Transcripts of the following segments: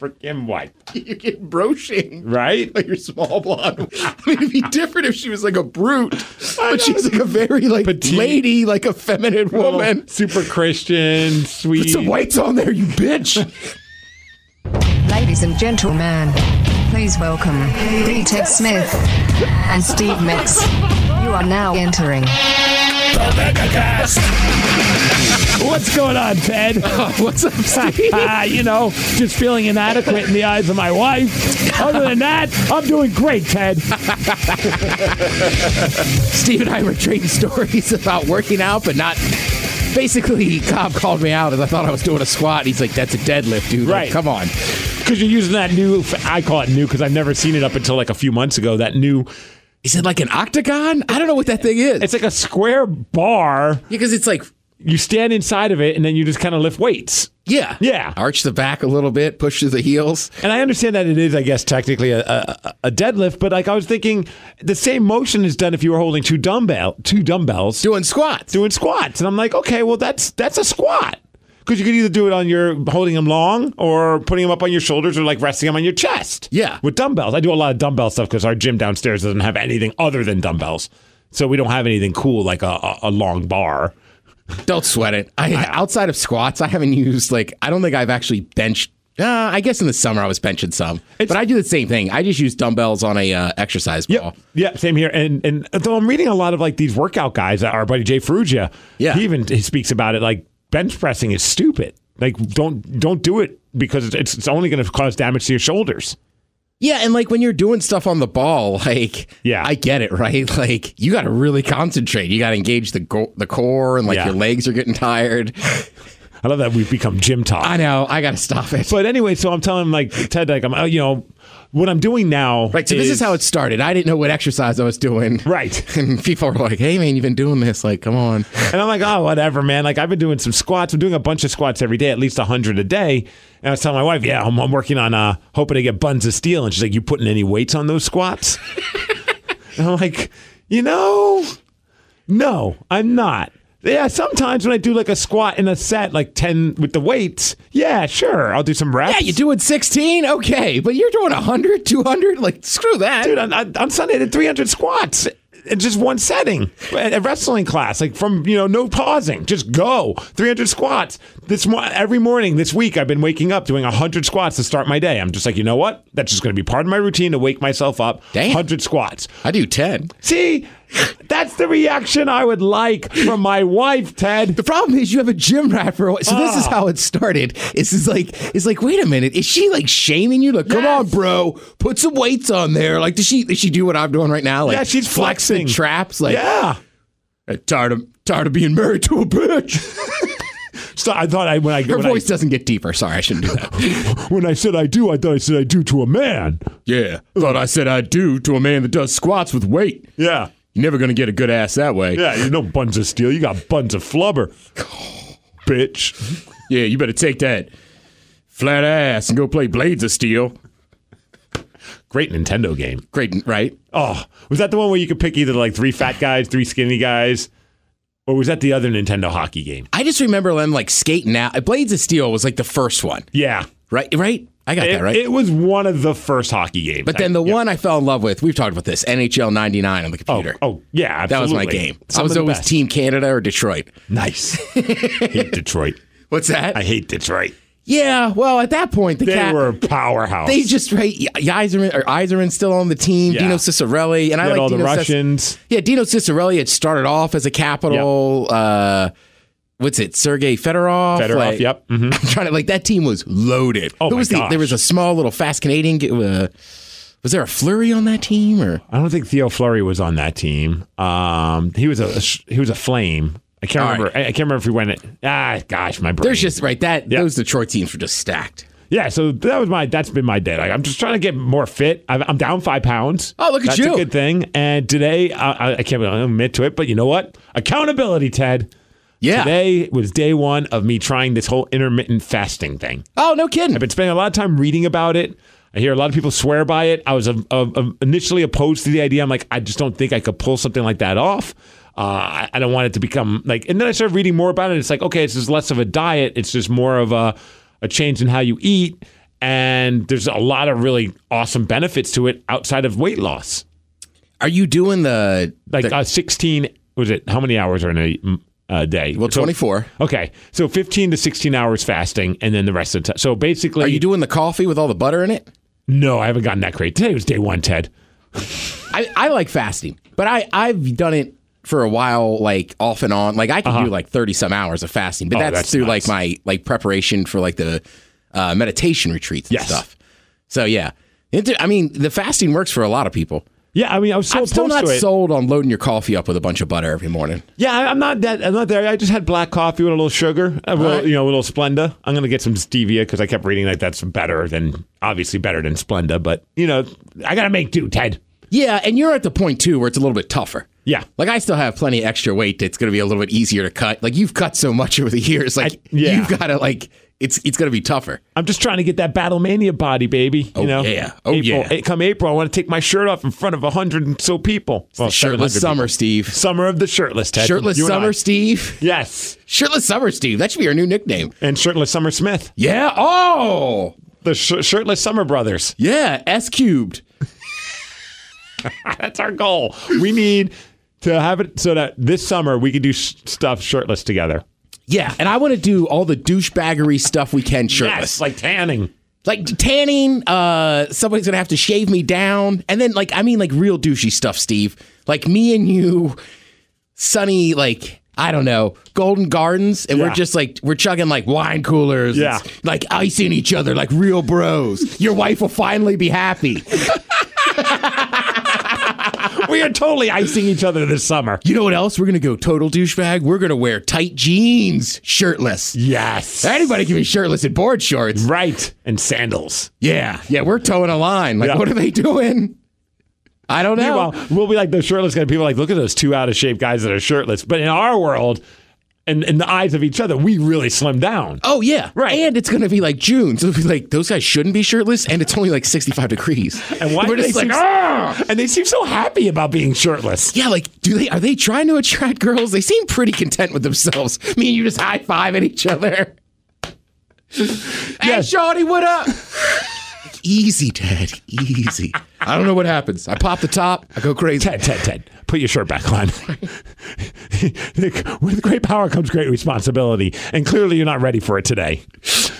freaking white, you get broaching. right? Like your small blonde. I mean, it'd be different if she was like a brute, but she's like a very like Petite. lady, like a feminine woman. Little super Christian, Put sweet. some whites on there, you bitch. Ladies and gentlemen, please welcome D. Ted Smith and Steve Mix. You are now entering. What's going on, Ted? Uh, What's up, Steve? Ah, you know, just feeling inadequate in the eyes of my wife. Other than that, I'm doing great, Ted. Steve and I were trading stories about working out, but not. Basically, Cobb called me out as I thought I was doing a squat. and He's like, "That's a deadlift, dude. Like, Right. come on." Because you're using that new, I call it new because I've never seen it up until like a few months ago. That new, Is it like an octagon? I don't know what that thing is. it's like a square bar. because it's like, You stand inside of it and then you just kind of lift weights. yeah, Yeah. Arch the back a little bit, push to the heels. And I understand that it is, I guess, technically a, a, a deadlift, but like I was thinking, the same motion is done if you were holding two dumbbell two dumbbells doing squats. doing squats, and I'm like, okay, well that's that's a squat because you could either do it on your holding them long or putting them up on your shoulders or like resting them on your chest. Yeah. with dumbbells. I do a lot of dumbbell stuff because our gym downstairs doesn't have anything other than dumbbells, so we don't have anything cool like a, a, a long bar. Don't sweat it. I, outside of squats, I haven't used like I don't think I've actually benched. Uh, I guess in the summer I was benching some, but I do the same thing. I just use dumbbells on a uh, exercise Yep. ball. Yep. Same here. And and though I'm reading a lot of like these workout guys, our buddy Jay Ferrugia, Yeah. he even he speaks about it like bench pressing is stupid. Like don't don't do it because it's it's only going to cause damage to your shoulders. Yeah, and like when you're doing stuff on the ball, like Yeah. I get it, right? Like you got to really concentrate. You got to engage the go- the core, and like Yeah. your legs are getting tired. I love that we've become gym talk. I know. I got to stop it. but anyway, so I'm telling him like Ted, like I'm uh, you know what I'm doing now. right. So this is how it started. I didn't know what exercise I was doing. Right. And people were like, "Hey, man, you've been doing this. Like, come on." And I'm like, oh, whatever, man. Like, I've been doing some squats. I'm doing a bunch of squats every day, at least 100 a day. And I was telling my wife, yeah, I'm, I'm working on uh, hoping to get buns of steel. And she's like, you putting any weights on those squats? and I'm like, you know, no, I'm not. Yeah, sometimes when I do like a squat in a set, like 10 with the weights, yeah, sure. I'll do some reps. Yeah, you're doing 16? Okay. But you're doing 100, 200? Like, screw that. Dude, on, on on Sunday, I did 300 squats in just one setting at a wrestling class, like from, you know, no pausing, just go. 300 squats. This mo- Every morning this week, I've been waking up doing 100 squats to start my day. I'm just like, you know what? That's just going to be part of my routine to wake myself up. Damn. 100 squats. I do 10. See, that's the reaction I would like from my wife, Ted. The problem is you have a gym rat for a while. So this is how it started. This is like, it's like, wait a minute. Is she like shaming you? Like, come on, bro. Put some weights on there. Like, does she, does she do what I'm doing right now? Like, Yeah, she's flex the flexing. traps. Like, Yeah. "I'm tired of, tired of being married to a bitch. So I thought I when I Her when I- voice doesn't get deeper. Sorry, I shouldn't do that. when I said I do, I thought I said I do to a man. yeah. Thought I said I do to a man that does squats with weight. Yeah. You're never going to get a good ass that way. Yeah, you know buns of steel. You got buns of flubber, bitch. Yeah, you better take that flat ass and go play Blades of Steel. Great Nintendo game. Great, right? Oh, was that the one where you could pick either like three fat guys, three skinny guys, or was that the other Nintendo hockey game? I just remember them like skating out. Blades of Steel was like the first one, Yeah, right? Right? I got it, that right. it was one of the first hockey games. but then the one I fell in love with, we've talked about this NHL 99 on the oh, computer. oh yeah, that was absolutely. my game. Some I was of the always best. Team Canada or Detroit. Nice. hate Detroit. What's that? I hate Detroit. yeah, well, at that point, the They cat. were a powerhouse. They just right. Y- Yzerman or Yzerman's still on the team. Yeah. Dino Cicerelli and I had like all the Dino Cic- Russians. yeah, Dino Cicerelli had started off as a capital. Uh, what's it? Sergei Fedorov. Better like- off. Yep. Mhm. I'm trying to like that team was loaded. Oh, Who my was the, gosh. There was a small little fast Canadian. g- Uh, was there a flurry on that team or I don't think Theo Fleury was on that team. Um, he was a, he was a flame. I can't All remember. I, I can't remember if he went it. Ah, gosh, my brain. there's just right that Yeah. those Detroit teams were just stacked. yeah. So that was my. That's been my day. Like I'm just trying to get more fit. I'm, I'm down five pounds. Oh, look at that's you. A good thing. And today, I, I, I can't really admit to it, but you know what? Accountability, Ted. Yeah. Today was day one of me trying this whole intermittent fasting thing. Oh no kidding. I've been spending a lot of time reading about it. I hear a lot of people swear by it. I was um, um, um, initially opposed to the idea. I'm like, I just don't think I could pull something like that off. Uh, I, I don't want it to become like. And then I started reading more about it. It's like, okay, it's just less of a diet. It's just more of a, a change in how you eat. And there's a lot of really awesome benefits to it outside of weight loss. Are you doing the Like the- uh, 16, was it? How many hours are in a mm, a day? well So- 24? Okay, so 15 to 16 hours fasting, and then the rest of the time. So basically, Are you doing the coffee with all the butter in it? no, I haven't gotten that great. Today was day one, Ted. I, I like fasting, but I I've done it for a while, like off and on. Like I can do like thirty some hours of fasting, but Uh-huh. Oh, that's, that's through nuts. like my like preparation for like the uh, meditation retreats and Yes. stuff. So yeah, It- I mean the fasting works for a lot of people. Yeah, I mean, I was so I'm still opposed not to it. sold on loading your coffee up with a bunch of butter every morning. yeah, I- I'm not that. I'm not there. I just had black coffee with a little sugar, a little, right. you know, a little Splenda. I'm gonna get some stevia because I kept reading like that's better than obviously better than Splenda, but you know, I gotta make do, Ted. Yeah, and you're at the point too where it's a little bit tougher. Yeah. Like I still have plenty of extra weight that's going to be a little bit easier to cut. Like you've cut so much over the years, like yeah. you've got to like it's it's going to be tougher. I'm just trying to get that Battle Mania body, baby. You Oh, know, yeah. Oh, April, yeah. eh, Come April, I want to take my shirt off in front of a hundred and so people. Well, 700 Shirtless summer, people. Steve. summer of the shirtless, Ted. Shirtless You and I. summer, Steve. Yes. Shirtless Summer Steve. That should be our new nickname. And Shirtless Summer Smith. Yeah. Oh. The sh- Shirtless Summer Brothers. Yeah. S cubed. That's our goal. We need to have it so that this summer we can do sh- stuff shirtless together. Yeah. And I want to do all the douchebaggery stuff we can shirtless. Yes, like tanning. like, tanning, uh, somebody's gonna have to shave me down. And then like I mean like real douchey stuff, Steve. Like me and you, Sunny, like I don't know, Golden Gardens, and Yeah. we're just like we're chugging like wine coolers, Yeah. and, like icing each other like real bros. Your wife will finally be happy. We are totally icing each other this summer. You know what else? We're gonna go total douchebag. We're gonna wear tight jeans, shirtless. Yes. Anybody can be shirtless in board shorts. Right. And sandals. Yeah, yeah. We're towing a line. Like, Yeah. what are they doing? I don't know. Meanwhile, we'll be like those shirtless guys. People are like, look at those two out of shape guys that are shirtless. But in our world, and in the eyes of each other, we really slim down. oh yeah, Right. And it's gonna be like June, so it'll be like those guys shouldn't be shirtless, and it's only like sixty-five degrees. And why we're do they just like, seem, "Ah!" and they seem so happy about being shirtless. yeah, like do they? Are they trying to attract girls? They seem pretty content with themselves. Me and you just high five at each other. Hey, Yes. Shawty, what up? easy, Dad. Easy. I don't know what happens. I pop the top. I go crazy. Ted, Ted, Ted, put your shirt back on. With great power comes great responsibility, and clearly you're not ready for it today.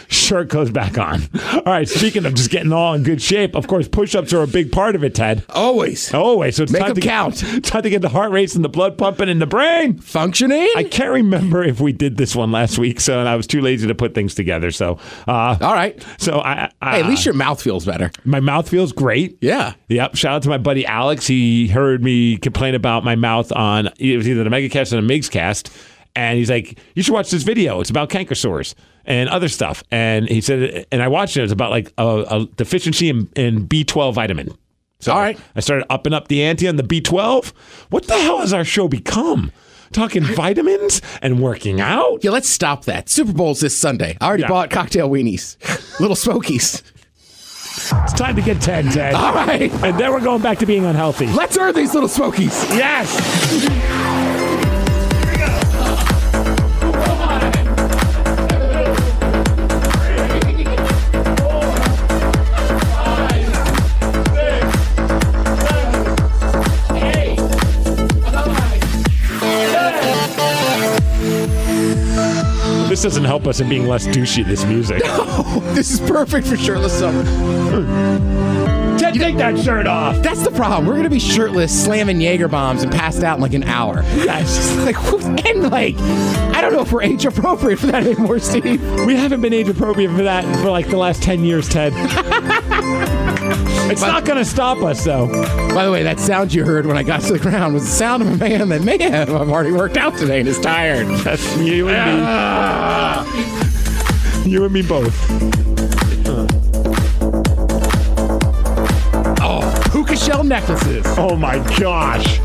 Shirt goes back on. All right, speaking of just getting all in good shape, of course, push ups are a big part of it, Ted. Always. Always. So it's Make time them to count. It's time to get the heart racing, the blood pumping, and the brain. Functioning? I can't remember if we did this one last week, so and I was too lazy to put things together. So, uh, All right. so I, I Hey, at least your mouth feels better. my mouth feels great. Ah. Yeah. Yep. Shout out to my buddy Alex. He heard me complain about my mouth on it was either the Megacast or the Migs cast. And he's like, You should watch this video. It's about canker sores and other stuff. And he said, And I watched it. It was about like a, a deficiency in, in B12 vitamin. So All right. I started upping up the ante on the B12. What the hell has our show become? Talking vitamins and working out? Yeah, let's stop that. Super Bowl's this Sunday. I already Yeah. bought cocktail weenies, little smokies. It's time to get 10, Ted. All right. And then we're going back to being unhealthy. Let's earn these little smokies. Yes. This doesn't help us in being less douchey, this music. Oh, This is perfect for shirtless summer. Ted, take that shirt off. That's the problem. We're gonna be shirtless, slamming Jaeger bombs, and passed out in like an hour. It's just like, and like, I don't know if we're age appropriate for that anymore, Steve. We haven't been age appropriate for that for like the last 10 years, Ted. it's not going to stop us, though. By the way, that sound you heard when I got to the ground was the sound of a man that may have I've already worked out today and is tired. That's you and me. Ah. You and me both. Hookah shell necklaces. Oh my gosh.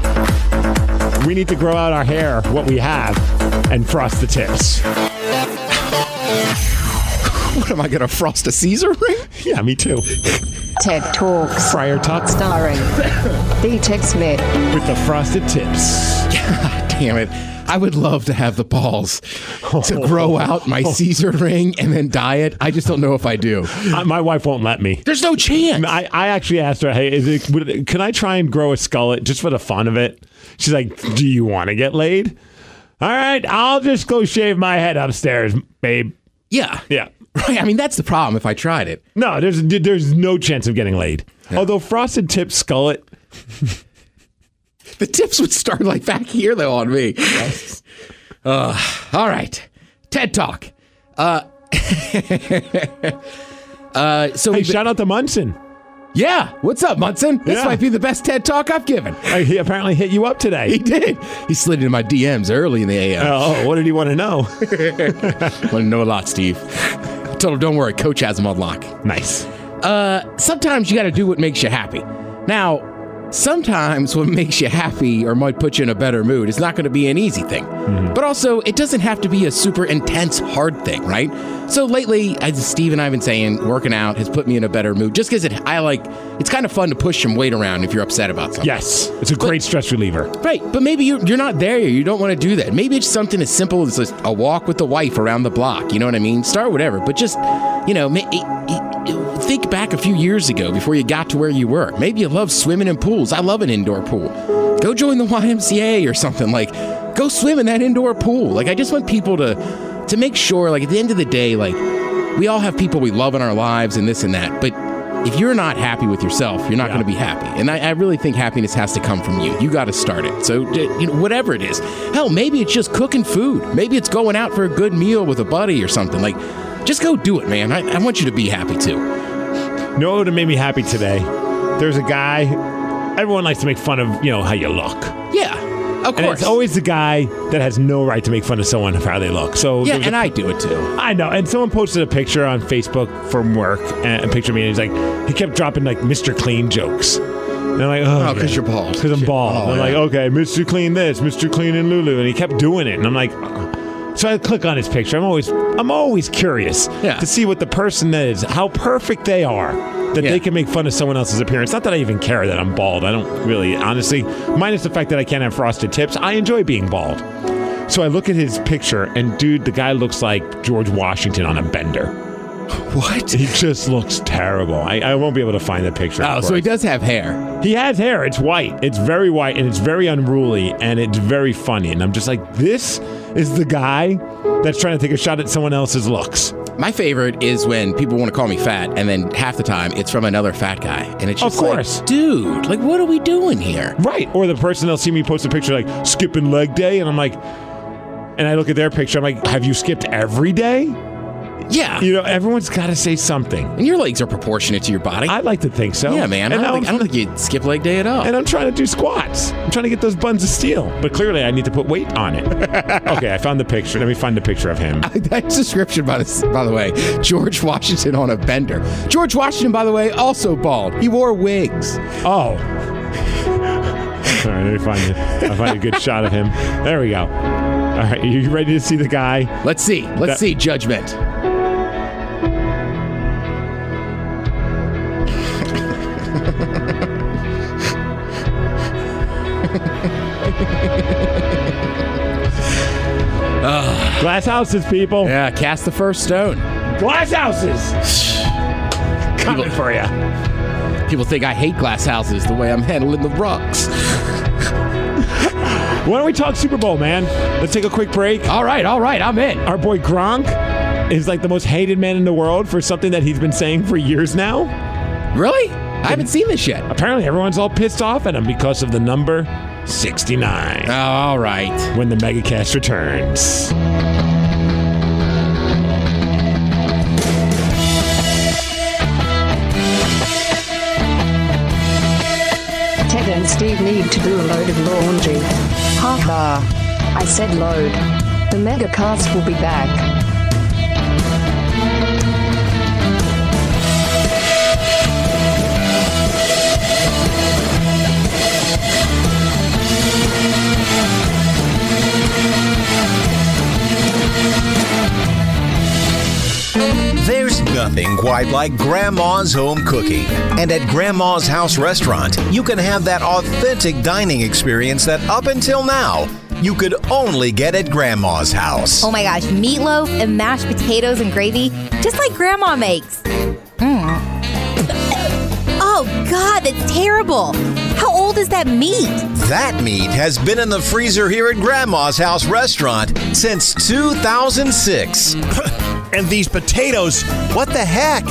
We need to grow out our hair, what we have, and frost the tips. What am I gonna frost a Caesar ring? Yeah, me too. TED Talks. Friar Tuck Starring B Tech Smith. with the frosted tips. God damn it. I would love to have the balls to grow out my Caesar ring and then dye it. I just don't know if I do. I- Uh, my wife won't let me. There's no chance. I, I actually asked her, hey, is it, would, can I try and grow a skullet just for the fun of it? She's like, do you want to get laid? All right, I'll just go shave my head upstairs, babe. yeah. Yeah. Right. I mean, that's the problem if I tried it. No, there's there's no chance of getting laid. Although frosted tip skullet, The tips would start like back here though on me. Ugh. all right, TED Talk. Uh, uh, so hey, we've been- shout out to Munson. yeah, what's up, Munson? This Yeah. might be the best TED Talk I've given. Hey, Uh, he apparently hit you up He today. did. He slid into my DMs early in the AM. Oh, what did he want to know? Want to know a lot, Steve. Told him, don't worry, Coach has him on lock. nice. Uh, sometimes you got to do what makes you happy. Now, sometimes what makes you happy or might put you in a better mood is not going to be an easy thing. But also, it doesn't have to be a super intense, hard thing, right? So lately, as Steve and I've been saying, working out has put me in a better mood just because it, I like, it's kind of fun to push some weight around if you're upset about something. Yes, it's a great stress reliever. Right, but maybe you, you're not there. You don't want to do that. Maybe it's something as simple as just a walk with the wife around the block. You know what I mean? Start whatever, but just you know, ma- e- e- e- think back a few years ago before you got to where you were. Maybe you love swimming in pools. I love an indoor pool. Go join the YMCA or something. Like, go swim in that indoor pool. Like, I just want people to to make sure. Like at the end of the day, like we all have people we love in our lives and this and that, but if you're not happy with yourself, you're not going to be happy. And I, I really think happiness has to come from you. You got to start it. So, d- you know, whatever it is, hell, maybe it's just cooking food. Maybe it's going out for a good meal with a buddy or something. Like, just go do it, man. I, I want you to be happy too. You know what would have made me happy today? There's a guy. Everyone likes to make fun of you know how you look, Yeah, of and course. it's always the guy that has no right to make fun of someone for how they look. So there yeah, was a and I do it too. I know. And someone posted a picture on Facebook from work, and a picture of me, and he's like, he kept dropping like Mr. Clean jokes. And I'm like, oh, Oh, 'cause you're bald. Because I'm bald. Oh, I'm yeah. like, okay, Mr. Clean this, Mr. Clean and Lulu, and he kept doing it, and I'm like. uh So I click on his picture. I'm always, I'm always curious Yeah. to see what the person is, how perfect they are, that Yeah. they can make fun of someone else's appearance. Not that I even care that I'm bald. I don't really, honestly, minus the fact that I can't have frosted tips. I enjoy being bald. So I look at his picture, and dude, the guy looks like George Washington on a bender. What? He just looks terrible. I, I won't be able to find the picture. Oh, of so he course. does have hair. he has hair. It's white. It's very white, and it's very unruly, and it's very funny. And I'm just like, this is the guy that's trying to take a shot at someone else's looks. My favorite is when people want to call me fat, and then half the time it's from another fat guy, and it's Of just like, course. dude, like what are we doing here? Right. Or the person they'll see me post a picture like skipping leg day, and I'm like, and I look at their picture. I'm like, have you skipped every day? Yeah, You know, everyone's got to say something. and your legs are proportionate to your body. I'd like to think so. Yeah, man. And I now don't, think, I I'm don't think you'd skip leg day at all. and I'm trying to do squats. I'm trying to get those buns of steel. But clearly, I need to put weight on it. okay, I found the picture. Let me find the picture of him. That's description, by the, by the way. George Washington on a bender. George Washington, by the way, also bald. He wore wigs. Oh. All right, let me find it. I find a good shot of him. There we go. All right, you ready to see the guy? Let's see. Let's That- see judgment. Glass houses, people. Yeah, cast the first stone. Glass houses. Coming for you. People think I hate glass houses the way I'm handling the rocks. Why don't we talk Super Bowl, man? Let's take a quick break. All right, all right, I'm in. Our boy Gronk is like the most hated man in the world for something that he's been saying for years now. Really? I haven't seen this yet. Apparently, everyone's all pissed off at him because of the number 69 All right. when the Megacast returns. Ted and Steve need to do a load of laundry. Ha ha. I said load. The megacast will be back. There's nothing quite like Grandma's home cooking. And at Grandma's House Restaurant, you can have that authentic dining experience that up until now you could only get at Grandma's house. Oh my gosh, meatloaf and mashed potatoes and gravy, just like grandma makes. Mm. Oh god, that's terrible. How old is that meat? That meat has been in the freezer here at Grandma's House Restaurant since 2006. And these potatoes, what the heck?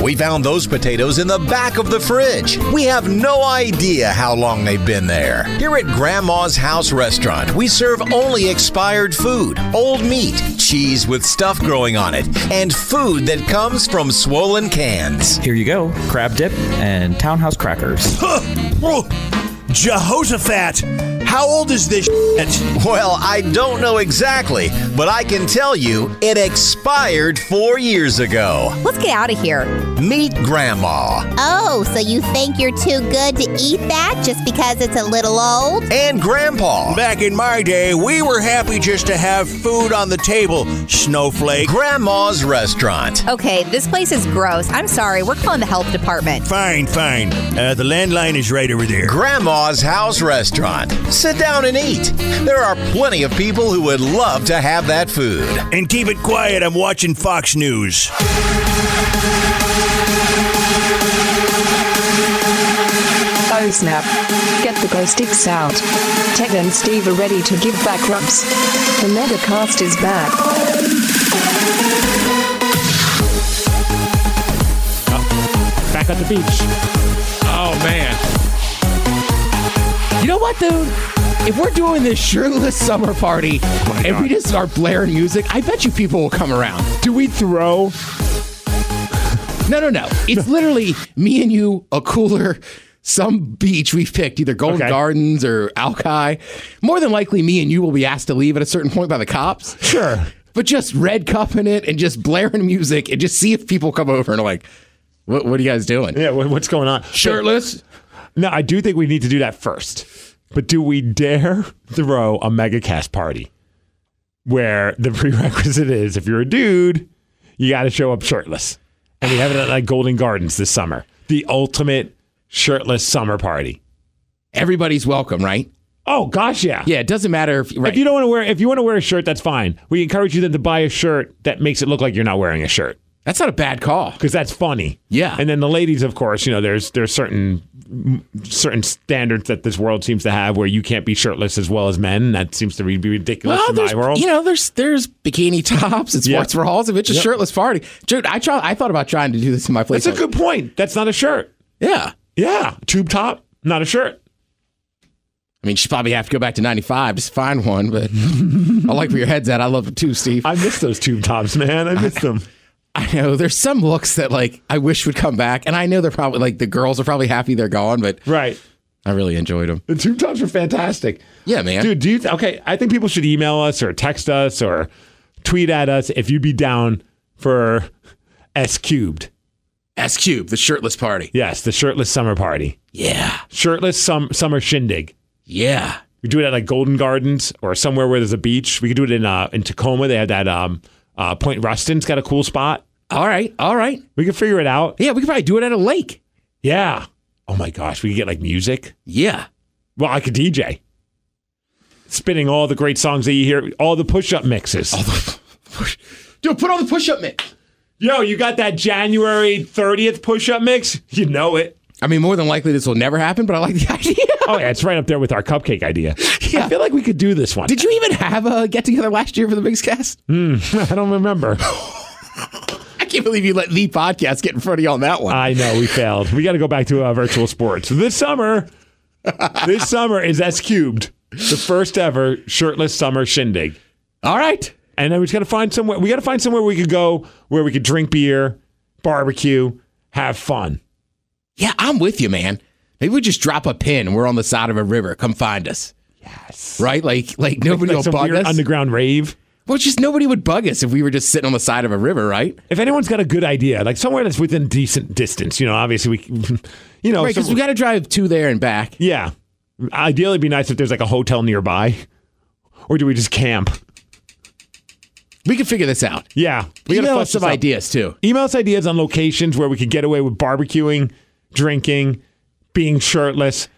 We found those potatoes in the back of the fridge. We have no idea how long they've been there. Here at Grandma's House Restaurant, we serve only expired food, old meat, cheese with stuff growing on it, and food that comes from swollen cans. Here you go crab dip and townhouse crackers. Whoa. Oh. Jehoshaphat, how old is this shit? Well, I don't know exactly, but I can tell you it expired four years ago. Let's get out of here. Meet Grandma. Oh, so you think you're too good to eat that just because it's a little old? and Grandpa. Back in my day, we were happy just to have food on the table, snowflake. Grandma's restaurant. Okay, this place is gross. I'm sorry, we're calling the health department. Fine, fine. Uh, the landline is right over there. Grandma's House Restaurant. Sit down and eat. There are plenty of people who would love to have that food. And keep it quiet, I'm watching Fox News. Oh snap. Get the glow sticks out. Ted and Steve are ready to give back rubs. The Metacast is back. Back on the beach. Oh man. You know what, dude? If we're doing this shirtless summer party and we just start blaring music, I bet you people will come around. Do we throw? No, no, no. It's literally me and you, a cooler, some beach we've picked, either Golden Okay. Gardens or Alki. More than likely, me and you will be asked to leave at a certain point by the cops. Sure. But just red cupping it and just blaring music and just see if people come over and are like, what, what are you guys doing? Yeah, wha- what's going on? Shirtless? No, I do think we need to do that first. But do we dare throw a mega cast party where the prerequisite is if you're a dude, you got to show up shirtless? And we have it at like Golden Gardens this summer. The ultimate shirtless summer party. Everybody's welcome, right? Oh gosh, yeah. Yeah, it doesn't matter if, right. If you don't want to wear if you want to wear a shirt, that's fine. We encourage you then to buy a shirt that makes it look like you're not wearing a shirt. That's not a bad call. because that's funny. Yeah. And then the ladies, of course, you know, there's there's certain m- certain standards that this world seems to have where you can't be shirtless as well as men. and That seems to be ridiculous in there's, my world. you know, there's there's bikini tops and Yeah. sports bras. If it's a shirtless party, dude, I try. I thought about trying to do this in my place. that's a good point. That's not a shirt. yeah. Yeah, tube top, not a shirt. I mean, she'd probably have to go back to '95 just to find one. But I like where your head's at. I love it too, Steve. I, I miss those tube tops, man. I miss them. know there's some looks that like I wish would come back, and I know they're probably like the girls are probably happy they're gone, but Right. I really enjoyed them. The tube tops are fantastic. Yeah, man. Dude, do you th- okay? I think people should email us or text us or tweet at us if you'd be down for S cubed. S Cube, the shirtless party. Yes, the shirtless summer party. Yeah, Shirtless sum- summer shindig. yeah. We do it at like Golden Gardens or somewhere where there's a beach. We could do it in uh, in Tacoma. They have that um, uh, Point Rustin's got a cool spot. All right, all right. We could figure it out. Yeah, we could probably do it at a lake. Yeah. Oh my gosh, we could get like music. Yeah. Well, I could DJ. Spinning all the great songs that you hear, all the push-up mixes. Dude, put on the push-up mitt. Yo, you got that January 30th push-up mix? You know it. I mean, more than likely this will never happen, but I like the idea. Oh yeah, it's right up there with our cupcake idea. I feel like we could do this one. Did you even have a get together last year for the Bigs Cast? I don't remember. I can't believe you let the podcast get in front of you on that one. I know we failed. We got to go back to uh, virtual sports this summer. This summer is S cubed, the first ever shirtless summer shindig, All right. and then we just got to find somewhere. We got to find somewhere we could go where we could drink beer, barbecue, have fun. Yeah, I'm with you, man. Maybe we just drop a pin. We're on the side of a river. Come find us. Yes. Right? Like, like nobody Like some will bug weird us. underground rave. well, just nobody would bug us if we were just sitting on the side of a river, right? If anyone's got a good idea, like somewhere that's within decent distance, you know, obviously we, you know, Right, because some- we got to drive two there and back. yeah. Ideally, it'd be nice if there's like a hotel nearby, or do we just camp? We can figure this out. Yeah, we We gotta got flush some this out. ideas too. email us ideas on locations where we could get away with barbecuing, drinking, being shirtless,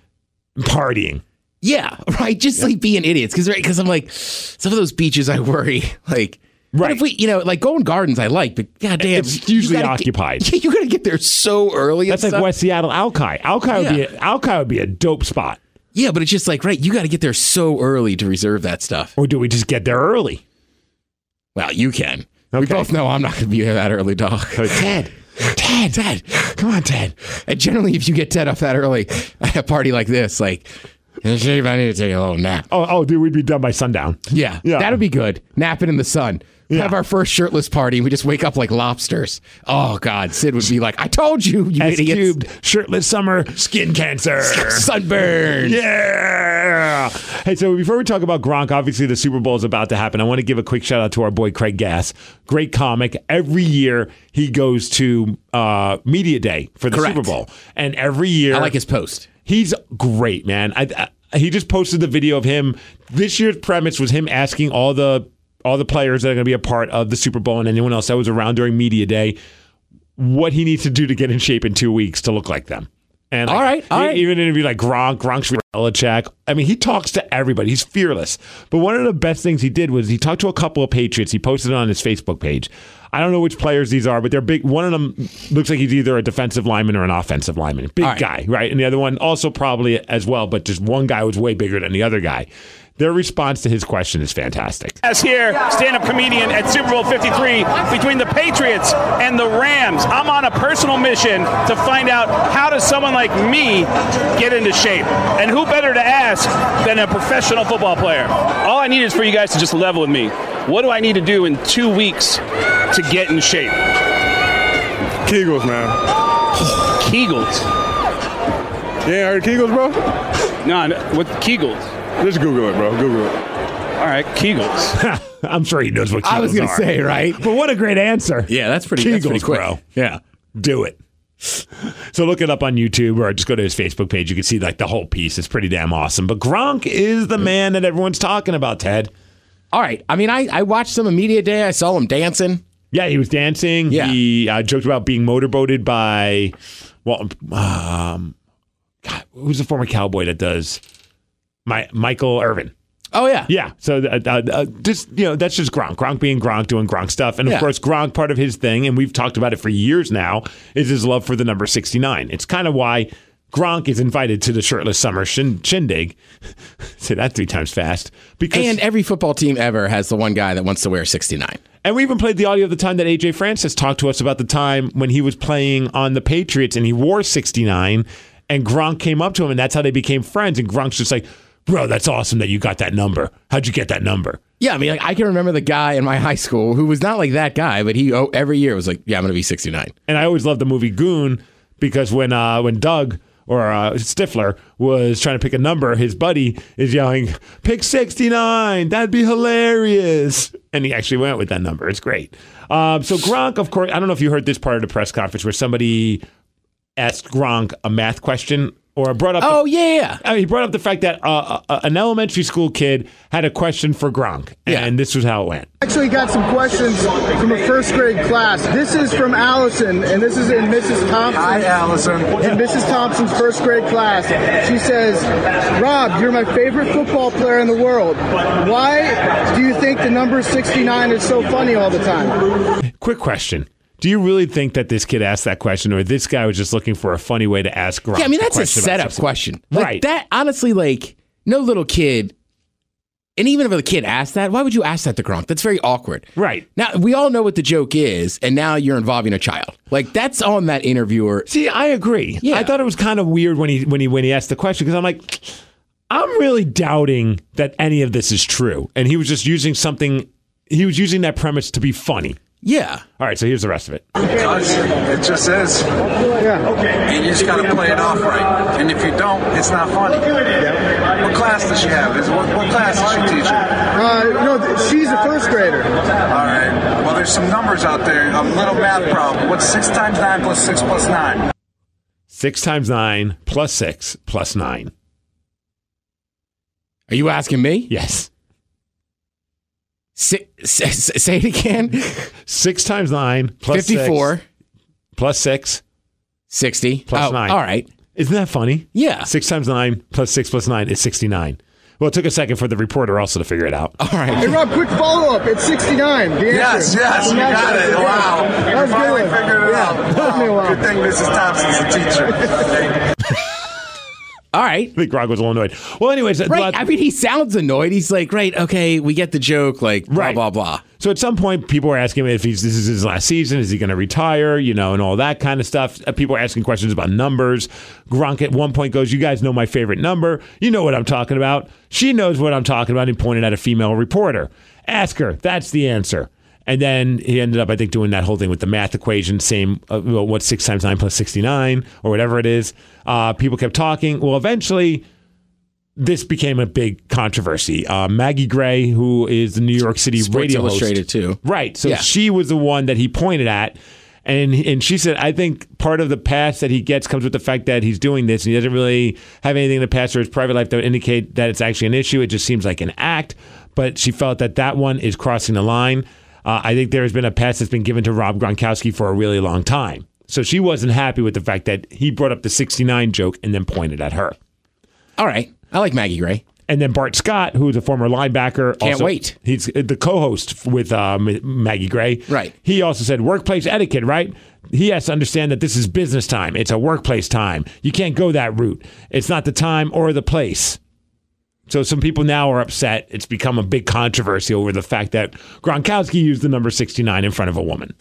and partying. Yeah, right. Just like being idiots, because because I'm like some of those beaches I worry like. What Right. if we, you know, like Golden Gardens, I like, but goddamn, It's usually you gotta occupied. Get, yeah, you gotta get there so early. and That's like stuff. West Seattle Alki. Alki would be a, Alki would be a dope spot. Yeah, but it's just like right, you gotta get there so early to reserve that stuff. Or do we just get there early? Well, you can. We Okay. both know I'm not gonna be here that early, dog. Ted, Ted, Ted, come on, Ted. And generally, if you get Ted up that early at a party like this, like, I need to take a little nap. Oh, oh, dude, we'd be done by sundown. Yeah, Yeah. that'd be good. Napping in the sun. Yeah. Have our first shirtless party. We just wake up like lobsters. Oh God, Sid would be like, "I told you, you S idiots." cubed, shirtless summer, skin cancer. Sunburn. Yeah. Hey, so before we talk about Gronk, obviously the Super Bowl is about to happen. I want to give a quick shout out to our boy Craig Gass, great comic. Every year he goes to uh, media day for the Correct. Super Bowl, and every year I like his post. He's great, man. I, I he just posted the video of him. This year's premise was him asking all the all the players that are going to be a part of the Super Bowl and anyone else that was around during media day what he needs to do to get in shape in two weeks to look like them. And like, All right, all he right. even interviewed like Gronk, Gronk should be Belichick. I mean, he talks to everybody. He's fearless. But one of the best things he did was he talked to a couple of Patriots. He posted it on his Facebook page. I don't know which players these are, but they're big. One of them looks like he's either a defensive lineman or an offensive lineman. Big All right. guy, right? And the other one also probably as well, but just one guy was way bigger than the other guy. Their response to his question is fantastic. As here, stand up comedian at Super Bowl 53 between the Patriots and the Rams. I'm on a personal mission to find out how does someone like me get into shape? And who better to ask than a professional football player? All I need is for you guys to just level with me. What do I need to do in two weeks to get in shape? Kegels, man. Kegels. You ain't heard of Kegels, bro? No, no, what Kegels? Just Google it, bro. Google it. All right, Kegels. I'm sure he knows what I was Kegels gonna are. say right. But what a great answer. Yeah, that's pretty. that's pretty Kegels, quick. bro. Yeah. do it. So look it up on YouTube or just go to his Facebook page. You can see like the whole piece. It's pretty damn awesome. But Gronk is the man that everyone's talking about, Ted. All right. I mean, I I watched some of media day. I saw him dancing. Yeah, he was dancing. Yeah. He uh, joked about being motorboated by, well, um, God, who's the former cowboy that does my Michael Irvin? Oh yeah. Yeah. So uh, uh, uh, just you know, that's just Gronk. Gronk being Gronk, doing Gronk stuff, and of Yeah. course, Gronk part of his thing, and we've talked about it for years now, is his love for the number sixty nine. It's kind of why Gronk is invited to the shirtless summer shin- shindig. Say that three times fast. Because And e- and, every football team ever has the one guy that wants to wear 69. we even played the audio of the time that AJ Francis talked to us about the time when he was playing on the Patriots and he wore sixty nine, and Gronk came up to him, and that's how they became friends. And Gronk's just like, "Bro, that's awesome that you got that number. How'd you get that number?" Yeah, I mean, like I can remember the guy in my high school who was not like that guy, but he oh, every year was like, "Yeah, I'm gonna be 69." And I always loved the movie Goon because when uh, when Doug or uh, Stifler was trying to pick a number, his buddy is yelling, "Pick sixty nine. That'd be hilarious." And he actually went with that number. It's great. Um, so Gronk, of course, I don't know if you heard this part of the press conference where somebody asked Gronk a math question or brought up. the- Oh yeah, yeah. I mean, he brought up the fact that uh, uh, an elementary school kid had a question for Gronk, Yeah. and this was how it went. Actually, got some questions from a first grade class. This is from Allison, and this is in Mrs. Thompson. Hi, Allison. In Mrs. Thompson's first grade class, she says, "Rob, you're my favorite football player in the world. Why do you think the number 69 is so funny all the time?" Quick question. Do you really think that this kid asked that question or this guy was just looking for a funny way to ask Gronk? Yeah, I mean, the that's a question about setup something? question. Like, Right. That honestly, like, no little kid, and even if a kid asked that, why would you ask that to Gronk? That's very awkward. Right. Now, we all know what the joke is, and now you're involving a child. Like, that's on that interviewer. See, I agree. Yeah. I thought it was kind of weird when he when he when he asked the question because I'm like I'm really doubting that any of this is true. And he was just using something he was using that premise to be funny. Yeah. All right, so here's the rest of it. It just is. And you just got to play it off right. And if you don't, it's not funny. What class does she have? Is what, what class is she teaching? Uh, no, she's a first grader. All right. Well, there's some numbers out there. A little math problem. What's six times nine plus six plus nine? Six times nine plus six plus nine. Are you asking me? Yes. Say, say, say it again. Six times nine plus six 54, plus six 60. Plus oh, nine. All right. Isn't that funny? Yeah. Six times nine plus six plus nine is 69. Well, it took a second for the reporter also to figure it out. All right. Hey, Rob, quick follow up. It's 69. The answer. Yes, yes, The you match got answer. it. Yeah. Wow. You That was a good finally one. figured it Yeah. out. Took me a Wow. while. Good thing Mrs. Thompson's a teacher. All right. I think Grog was a little annoyed. Well, anyways, right. I mean, he sounds annoyed. He's like, right, okay, we get the joke. Like, blah blah blah. So at some point, people are asking him if he's this is his last season. Is he going to retire? You know, and all that kind of stuff. Uh, People are asking questions about numbers. Gronk at one point goes, "You guys know my favorite number. You know what I'm talking about." She knows what I'm talking about. And he pointed at a female reporter. Ask her. That's the answer. And then he ended up, I think, doing that whole thing with the math equation, same uh, well, what six times nine plus sixty nine or whatever it is. Uh, people kept talking. Well, eventually this became a big controversy. Uh, Maggie Gray, who is the New York City Sports radio host- Illustrated, too. right? So Yeah. she was the one that he pointed at, and and she said, "I think part of the past that he gets comes with the fact that he's doing this, and he doesn't really have anything in the past or his private life that would indicate that it's actually an issue. It just seems like an act." But she felt that that one is crossing the line. Uh, I think there has been a pass that's been given to Rob Gronkowski for a really long time. So she wasn't happy with the fact that he brought up the 69 joke and then pointed at her. All right. I like Maggie Gray. And then Bart Scott, who's a former linebacker. Can't also- wait. He's the co host with um, Maggie Gray. Right. He also said workplace etiquette, right? He has to understand that this is business time. It's a workplace time. You can't go that route. It's not the time or the place. So some people now are upset. It's become a big controversy over the fact that Gronkowski used the number 69 in front of a woman.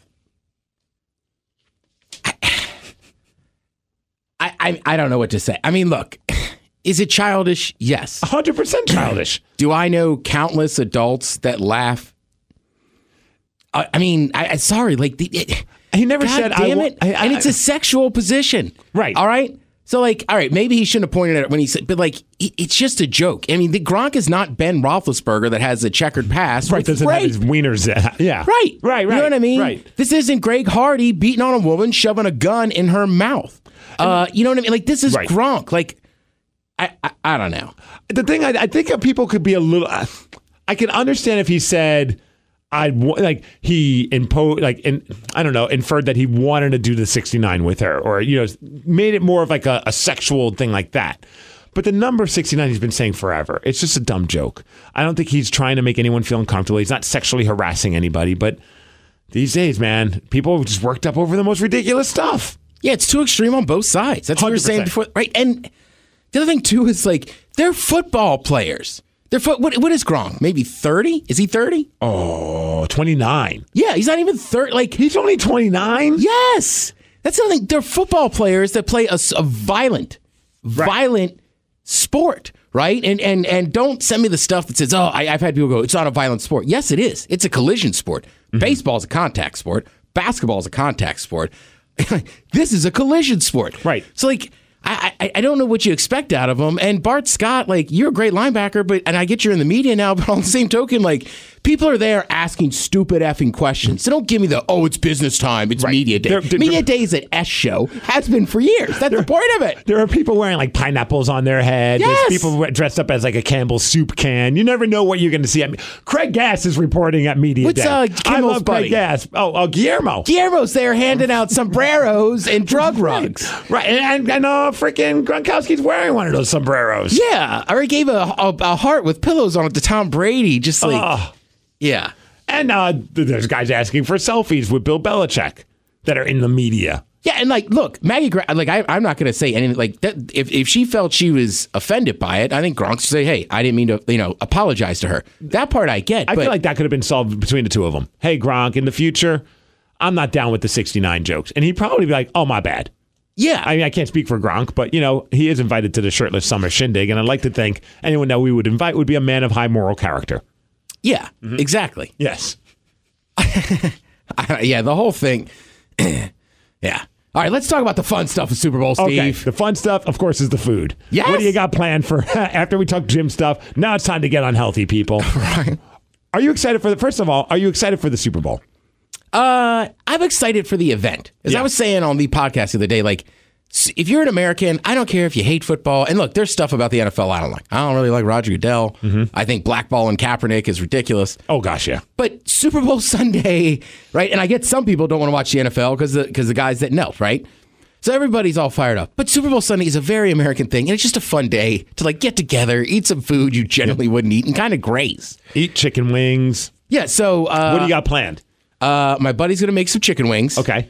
I, I I don't know what to say. I mean, look, is it childish? Yes, hundred percent childish. Do I know countless adults that laugh? I, I mean, I, I sorry, like the, it, he never God said, I Damn wa- it! I- I- and it's a sexual position, right? All right. So like, all right, maybe he shouldn't have pointed at it when he said, but like, it, it's just a joke. I mean, the Gronk is not Ben Roethlisberger that has a checkered past. Right. with Doesn't have rape. his wieners. Yeah. Right. Right. Right. You know what I mean? Right. This isn't Greg Hardy beating on a woman, shoving a gun in her mouth. Uh, you know what I mean? Like this is Gronk. Like I, I, I don't know. The thing I, I think that people could be a little. I, I can understand if he said, "I wa- like he imposed like in, I don't know inferred that he wanted to do the sixty nine with her, or you know made it more of like a, a sexual thing like that." But the number sixty nine he's been saying forever. It's just a dumb joke. I don't think he's trying to make anyone feel uncomfortable. He's not sexually harassing anybody, but. These days, man, people just worked up over the most ridiculous stuff. Yeah, it's too extreme on both sides. That's what we were saying 100%. before, right? And the other thing too is like they're football players. They're foot. What, what is Gronk? Maybe thirty? Is he thirty? Oh, 29. Yeah, he's not even thirty. Like he's only twenty nine. Yes, that's the other thing. They're football players that play a, s- a violent, violent sport, right? And and and don't send me the stuff that says, "Oh, I, I've had people go, it's not a violent sport." Yes, it is. It's a collision sport. Baseball's a contact sport. Basketball's a contact sport. this is a collision sport, right? So like. I, I, I don't know what you expect out of them. And Bart Scott, like, you're a great linebacker, but and I get you're in the media now, but on the same token, like, people are there asking stupid effing questions. So don't give me the, oh, it's business time, it's media day. media day is an S show, has been for years. That's the point of it. There are people wearing like pineapples on their head. Yes. There's people who are dressed up as like a Campbell soup can. You never know what you're going to see. At me- Craig Gass is reporting at media What's, day. uh, I Kimmel's love buddy? Craig Gass. Oh, oh, Guillermo. Guillermo's there handing out sombreros and drug rugs. Right, and and, and uh, freaking Gronkowski's wearing one of those sombreros. Yeah, or he gave a, a, a heart with pillows on it to Tom Brady, just like, Ah. yeah. And uh, th- there's guys asking for selfies with Bill Belichick that are in the media. Yeah, and like, look, Maggie, Gra- like, I, I'm not going to say anything. Like, that, if if she felt she was offended by it, I think Gronk should say, "Hey, I didn't mean to," you know, apologize to her. That part I get. I but feel like that could have been solved between the two of them. Hey, Gronk, in the future, I'm not down with the 69 jokes. And he'd probably be like, oh, my bad. Yeah. I mean, I can't speak for Gronk, but, you know, he is invited to the shirtless summer shindig. And I'd like to think anyone that we would invite would be a man of high moral character. yeah, Mm-hmm. exactly. Yes. I- yeah, the whole thing. yeah. All right, let's talk about the fun stuff of Super Bowl, Steve. Okay. The fun stuff, of course, is the food. Yes. What do you got planned for after we talk gym stuff? Now it's time to get unhealthy, people. right. Are you excited for the, first of all, are you excited for the Super Bowl? Uh, I'm excited for the event. As I was saying on the podcast the other day, like, s- if you're an American, I don't care if you hate football. And look, there's stuff about the NFL I don't like. I don't really like Roger Goodell. I think blackballing Kaepernick is ridiculous. Oh, gosh, yeah. But Super Bowl Sunday, right? And I get some people don't want to watch the NFL because the, 'cause the guys that know, right? So everybody's all fired up. But Super Bowl Sunday is a very American thing, and it's just a fun day to like get together, eat some food you generally wouldn't eat, and kind of graze. Eat chicken wings. Yeah. So uh, What do you got planned? Uh, my buddy's gonna make some chicken wings. Okay.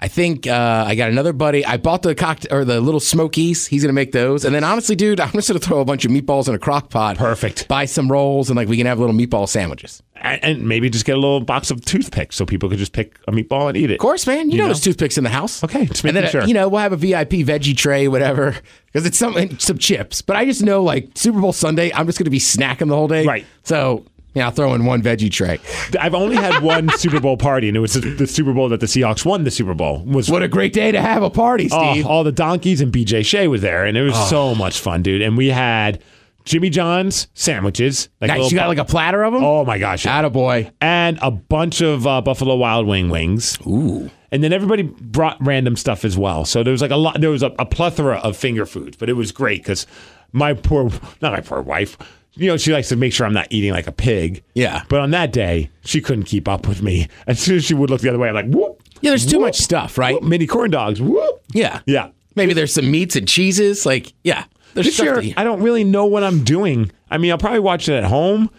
I think uh, I got another buddy. I bought the cocktail or the little smokies. He's gonna make those, and then honestly, dude, I'm just gonna throw a bunch of meatballs in a crock pot. Perfect. Buy some rolls, and like we can have little meatball sandwiches. And, and maybe just get a little box of toothpicks so people could just pick a meatball and eat it. Of course, man. You, know, there's toothpicks in the house. Okay, just making and then uh, sure. you know we'll have a VIP veggie tray, whatever, because it's some some chips. But I just know like Super Bowl Sunday, I'm just gonna be snacking the whole day. Right. So yeah, I'll throw in one veggie tray. I've only had one Super Bowl party, and it was the- the Super Bowl that the Seahawks won. The Super Bowl was What a great day to have a party, Oh, Steve. all the donkeys and BJ Shea was there, and it was Oh. so much fun, dude. And we had Jimmy John's sandwiches. Nice. little You got, bu- like, a platter of them? Oh my gosh! Yeah. Attaboy. And a bunch of uh, Buffalo Wild Wing wings. Ooh. And then everybody brought random stuff as well. So there was like a lot. There was a, a plethora of finger foods, but it was great because my poor, not my poor wife. You know, she likes to make sure I'm not eating like a pig. Yeah. But on that day, she couldn't keep up with me. As soon as she would look the other way, I'm like, whoop. Yeah, there's too much stuff, right? mini corn dogs. Whoop. Yeah. Yeah. Maybe there's some meats and cheeses. Like yeah, there's this stuff year, to eat. I don't really know what I'm doing. I mean, I'll probably watch it at home.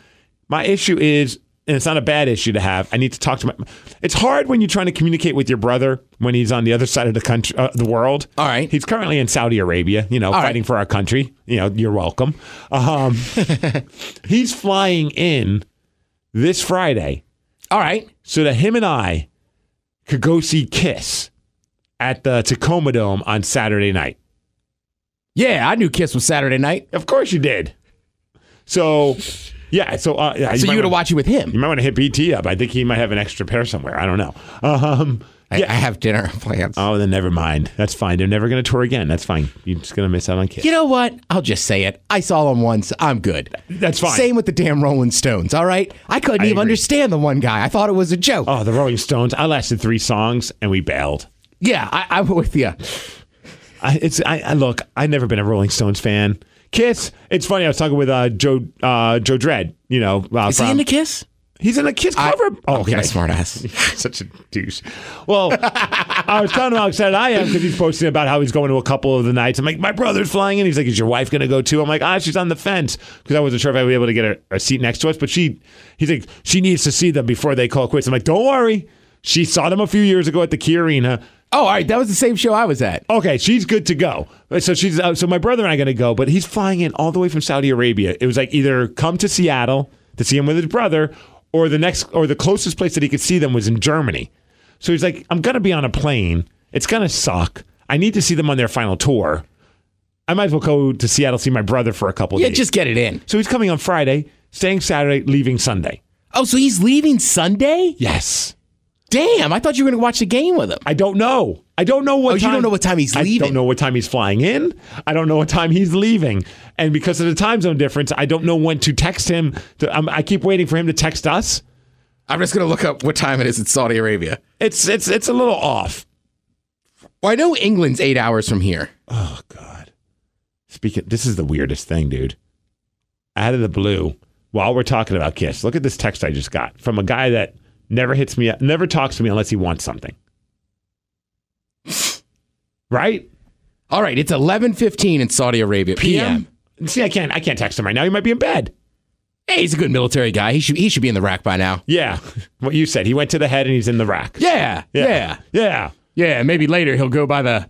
My issue is, and it's not a bad issue to have. I need to talk to my. It's hard when you're trying to communicate with your brother when he's on the other side of the country, uh, the world. All right, he's currently in Saudi Arabia. You know, fighting for our country. You know, you're welcome. Um, he's flying in this Friday. All right, so that him and I could go see Kiss at the Tacoma Dome on Saturday night. Yeah, I knew Kiss was Saturday night. Of course you did. So, yeah. So, uh, yeah, So you might would've wanna- watched it with him? You might want to hit BT up. I think he might have an extra pair somewhere. I don't know. Um, I, I have dinner plans. Oh, then never mind. That's fine. They're never going to tour again. That's fine. You're just going to miss out on Kiss. You know what? I'll just say it. I saw them once. I'm good. That's fine. Same with the damn Rolling Stones. All right, I couldn't even understand the one guy. I thought it was a joke. Oh, the Rolling Stones. I lasted three songs and we bailed. Yeah, I, I'm with you. I, it's I, I look. I've never been a Rolling Stones fan. Kiss. It's funny. I was talking with uh, Joe uh, Joe Dredd. You know, uh, Is he from- into Kiss? He's in a Kiss Um, I- Oh, cover. I'm being a smartass. Such a douche. Well, I was telling him how excited I am because he's posting about how he's going to a couple of the nights. I'm like, my brother's flying in. He's like, is your wife going to go too? I'm like, ah, she's on the fence because I wasn't sure if I'd be able to get a, a seat next to us. But she, he's like, she needs to see them before they call quits. I'm like, don't worry. She saw them a few years ago at the Key Arena. Oh, all right. That was the same show I was at. Okay, she's good to go. So she's uh, so my brother and I are going to go, but he's flying in all the way from Saudi Arabia. It was like either come to Seattle to see him with his brother, or the next or the closest place that he could see them was in Germany. So he's like, I'm going to be on a plane. It's going to suck. I need to see them on their final tour. I might as well go to Seattle see my brother for a couple. Yeah, days. just get it in. So he's coming on Friday, staying Saturday, leaving Sunday. Oh, so he's leaving Sunday? Yes. Damn, I thought you were going to watch the game with him. I don't know. I don't know what. Oh, you time, don't know what time he's I don't leaving. know what time he's flying in. I don't know what time he's leaving. And because of the time zone difference, I don't know when to text him. To, I'm, I keep waiting for him to text us. I'm just going to look up what time it is in Saudi Arabia. It's it's it's a little off. Well, I know England's eight hours from here. Oh God! Speaking, this is the weirdest thing, dude. Out of the blue, while we're talking about Kiss, look at this text I just got from a guy that never hits me, up, never talks to me unless he wants something. Right? All right, it's 11:15 in Saudi Arabia PM. See, I can't I can't text him right now. He might be in bed. Hey, he's a good military guy. He should he should be in the rack by now. Yeah, what you said. He went to the head and he's in the rack. Yeah, yeah, Yeah. yeah. Yeah. maybe later he'll go by the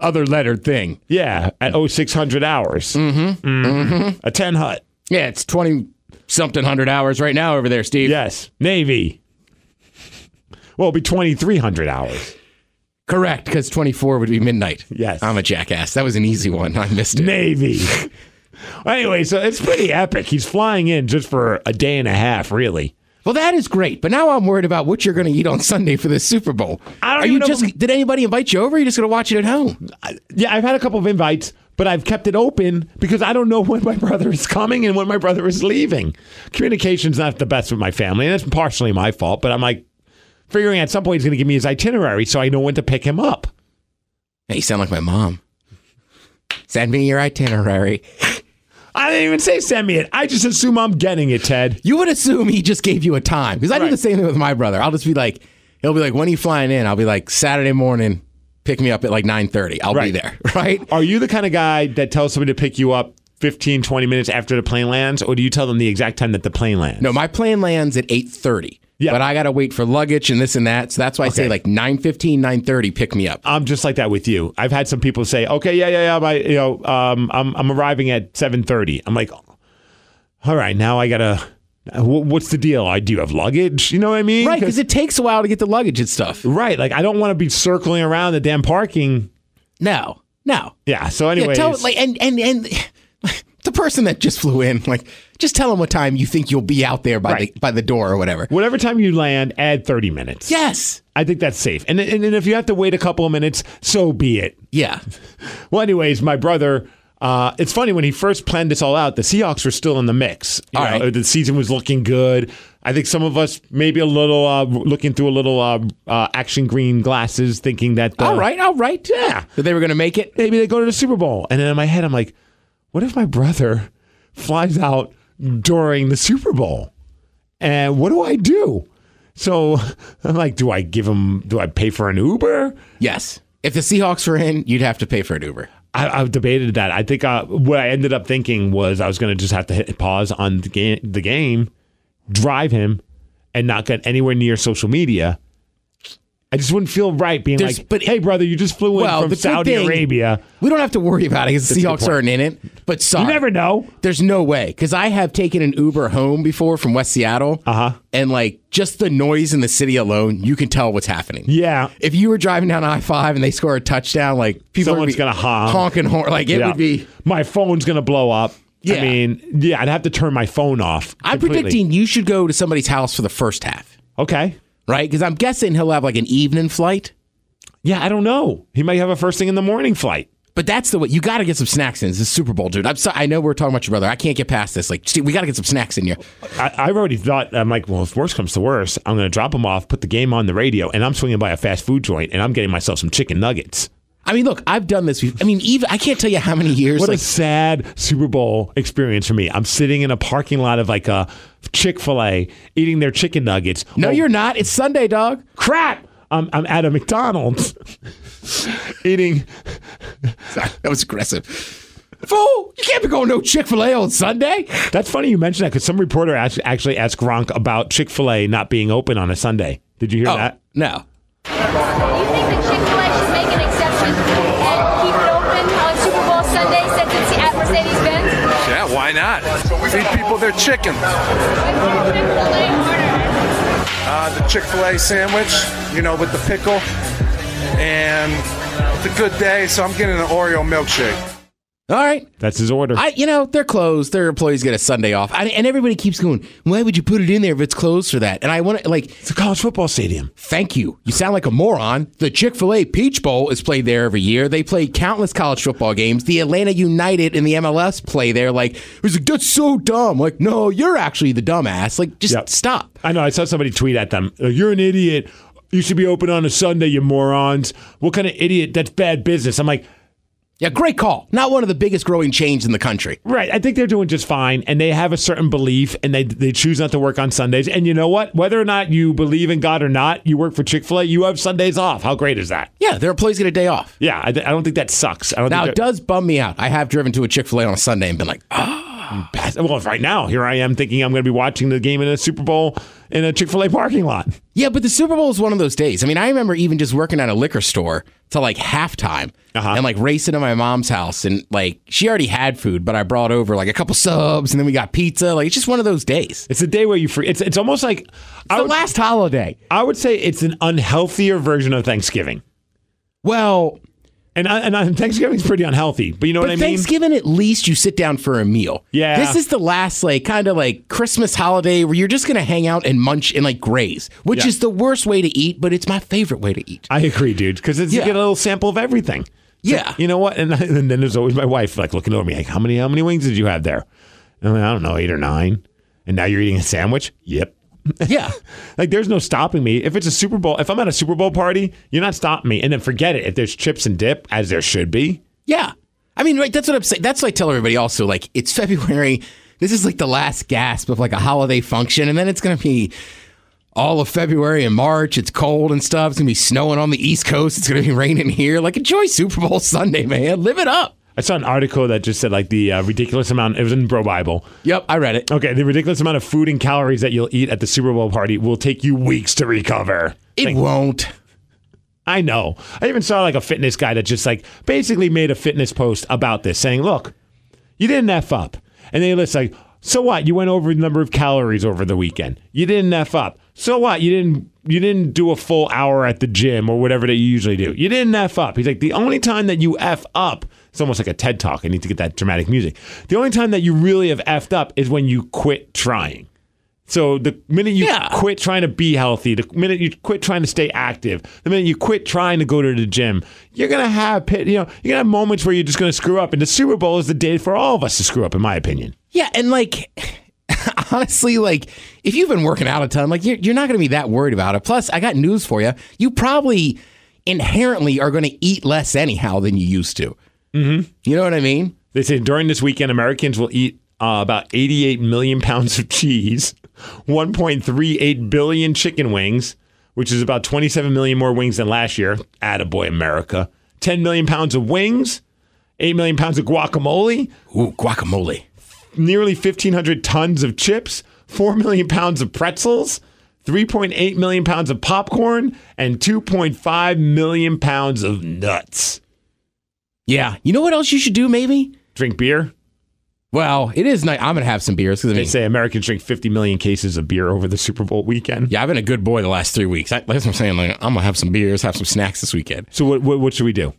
other lettered thing. Yeah, at 0600 hours. Mm-hmm. Mhm. A 10 hut. Yeah, it's 20 something hundred hours right now over there, Steve. Yes, Navy. Well, it'll be 2300 hours. Correct, because 24 would be midnight. Yes. I'm a jackass. That was an easy one. I missed it. Navy. anyway, so it's pretty epic. He's flying in just for a day and a half, really. Well, that is great, but now I'm worried about what you're going to eat on Sunday for the Super Bowl. I don't Are even you know just? if I'm- Did anybody invite you over? Or you just going to watch it at home? Yeah, I've had a couple of invites, but I've kept it open because I don't know when my brother is coming and when my brother is leaving. Communication's not the best with my family, and it's partially my fault, but I'm like figuring at some point he's going to give me his itinerary so I know when to pick him up. Hey, you sound like my mom. Send me your itinerary. I didn't even say send me it. I just assume I'm getting it, Ted. You would assume he just gave you a time because I do the same thing with my brother. I'll just be like, he'll be like, when are you flying in? I'll be like, Saturday morning, pick me up at like 9.30. I'll be there. right? Are you the kind of guy that tells somebody to pick you up 15, 20 minutes after the plane lands, or do you tell them the exact time that the plane lands? No, my plane lands at 8.30. Yeah. But I got to wait for luggage and this and that. So that's why I say Okay. like 9.15, 9.30, pick me up. I'm just like that with you. I've had some people say, "Okay, yeah, yeah, yeah, my, you know, um, I'm I'm arriving at 7:30." I'm like, "All right, now I gotta. wh- What's the deal? I do you have luggage. You know what I mean? Right, 'cause it takes a while to get the luggage and stuff. Right, like I don't want to be circling around the damn parking. No, no. Yeah. So, Yeah, anyways, tell, like, and, and, and the person that just flew in, like, just tell them what time you think you'll be out there by, the, by the door or whatever. whatever time you land, add 30 minutes. Yes. I think that's safe. And, and and if you have to wait a couple of minutes, so be it. Yeah. Well, anyways, my brother. Uh, it's funny when he first planned this all out. The Seahawks were still in the mix. You know, The season was looking good. I think some of us maybe a little uh, looking through a little uh, uh, action green glasses, thinking that the, all right, all right. Yeah. That they were going to make it. maybe they go to the Super Bowl. And then in my head, I'm like, what if my brother flies out during the Super Bowl? And what do I do? So I'm like, do I give him, do I pay for an Uber? Yes. If the Seahawks were in, you'd have to pay for an Uber. I, I've debated that. I think uh, what I ended up thinking was I was going to just have to hit pause on the game, the game, drive him, and not get anywhere near social media. I just wouldn't feel right being There's- like, "Hey, brother, you just flew in Well, from the good Saudi thing- Arabia." We don't have to worry about it because the That's a good Seahawks point. aren't in it. But sorry. never know. There's no way. Because I have taken an Uber home before from West Seattle. Uh-huh. Uh huh. And like just the noise in the city alone, you can tell what's happening. Yeah. If you were driving down I 5 and they score a touchdown, like people Someone's would be gonna honk. honking horn. Like it Yeah. would be. My phone's gonna blow up. I Yeah. mean, yeah, I'd have to turn my phone off. I'm completely. predicting you should go to somebody's house for the first half, Okay. right? Because I'm guessing he'll have like an evening flight. Yeah, I don't know. He might have a first thing in the morning flight. But that's the way you got to get some snacks in. It's the Super Bowl, dude. I'm so, I know we're talking about your brother. I can't get past this. Like, see, we got to get some snacks in here. I, I've already thought, I'm like, well, if worse comes to worse, I'm going to drop him off, put the game on the radio, and I'm swinging by a fast food joint and I'm getting myself some chicken nuggets. I mean, look, I've done this. before. I mean, even I can't tell you how many years. What like, a sad Super Bowl experience for me. I'm sitting in a parking lot of like a Chick fil A eating their chicken nuggets. Oh, no, you're not. It's Sunday, dog. crap. I'm, I'm at a McDonald's eating. Sorry, that was aggressive. Fool, you can't be going to Chick Fil A on Sunday. That's funny you mentioned that because some reporter act- actually asked Gronk about Chick fil A not being open on a Sunday. Did you hear that? Oh, No. Chick-fil-A should make an exception and keep it open on Super Bowl Sunday since it's at Mercedes-Benz? Yeah, why not? Feed people their chicken. Uh, the Chick fil A sandwich, you know, with the pickle. And it's a good day, so I'm getting an Oreo milkshake. All right. That's his order. I, you know, they're closed. Their employees get a Sunday off, I, and everybody keeps going. Why would you put it in there if it's closed for that? And I want to like. It's a college football stadium. Thank you. You sound like a moron. The Chick fil A Peach Bowl is played there every year. They play countless college football games. The Atlanta United and the MLS play there. Like, it was like, that's so dumb. Like, no, you're actually the dumbass. Like, just Yep. stop. I know. I saw somebody tweet at them. uh, You're an idiot. You should be open on a Sunday, you morons. What kind of idiot? That's bad business. I'm like, Yeah, great call. Not one of the biggest growing chains in the country. right. I think they're doing just fine, and they have a certain belief, and they they choose not to work on Sundays. And you know what? Whether or not you believe in God or not, you work for Chick Fil A. You have Sundays off. How great is that? Yeah, their employees get a day off. Yeah, I, th- I don't think that sucks. I don't Now, think it does bum me out. I have driven to a Chick fil A on a Sunday and been like, that- Well, right now, here I am thinking I'm going to be watching the game in a Super Bowl in a Chick Fil A parking lot. Yeah, but the Super Bowl is one of those days. I mean, I remember even just working at a liquor store till like halftime Uh-huh. and like racing to my mom's house. And like, she already had food, but I brought over like a couple subs and then we got pizza. Like, it's just one of those days. It's a day where you free. It's it's almost like It's the last holiday. I would say it's an unhealthier version of Thanksgiving. Well, And I, and I, Thanksgiving's pretty unhealthy, but you know but what I mean. Thanksgiving, at least you sit down for a meal. Yeah. This is the last, like, kind of like Christmas holiday where you're just going to hang out and munch and like graze, which Yeah. is the worst way to eat, but it's my favorite way to eat. I agree, dude, because it's you Yeah. get a little sample of everything. It's like, Yeah. you know what? And, I, and then there's always my wife like looking over me like, how many how many wings did you have there? And I'm like, I don't know, eight or nine. And now you're eating a sandwich. Yep. Yeah. Like there's no stopping me. If it's a Super Bowl, if I'm at a Super Bowl party, you're not stopping me. And then forget it. If there's chips and dip, as there should be. Yeah. I mean, right, that's what I'm saying. That's what I tell everybody also. Like, it's February. This is like the last gasp of like a holiday function, and then it's gonna be all of February and March. It's cold and stuff. It's gonna be snowing on the East Coast. It's gonna be raining here. Like enjoy Super Bowl Sunday, man. Live it up. I saw an article that just said like the uh, ridiculous amount. It was in Bro Bible. Yep, I read it. Okay, the ridiculous amount of food and calories that you'll eat at the Super Bowl party will take you weeks to recover. It Like, won't. I know. I even saw like a fitness guy that just like basically made a fitness post about this, saying, "Look, you didn't f up," and they list like, "So what? You went over the number of calories over the weekend. You didn't f up. So what? You didn't." You didn't do a full hour at the gym or whatever that you usually do. You didn't F up. He's like, the only time that you F up, it's almost like a TED talk. I need to get that dramatic music. The only time that you really have F'd up is when you quit trying. So the minute you quit trying to be healthy, the minute you quit trying to stay active, the minute you quit trying to go to the gym, you're gonna have pit. You know, you're gonna have moments where you're just gonna screw up, and the Super Bowl is the day for all of us to screw up, in my opinion. Yeah, and like honestly, like if you've been working out a ton, like you're, you're not going to be that worried about it. Plus, I got news for you: you probably inherently are going to eat less anyhow than you used to. Mm-hmm. You know what I mean? They say during this weekend, Americans will eat uh, about 88 million pounds of cheese, 1.38 billion chicken wings, which is about 27 million more wings than last year. Attaboy, America. 10 million pounds of wings, 8 million pounds of guacamole. Ooh, guacamole. Nearly 1,500 tons of chips, 4 million pounds of pretzels, 3.8 million pounds of popcorn, and 2.5 million pounds of nuts. Yeah. You know what else you should do? Maybe drink beer. Well, it is nice. I'm gonna have some beers because I They mean, say Americans drink 50 million cases of beer over the Super Bowl weekend. yeah, I've been a good boy the last three weeks. I, that's what I'm saying. Like, I'm gonna have some beers, have some snacks this weekend. So what what, what should we do?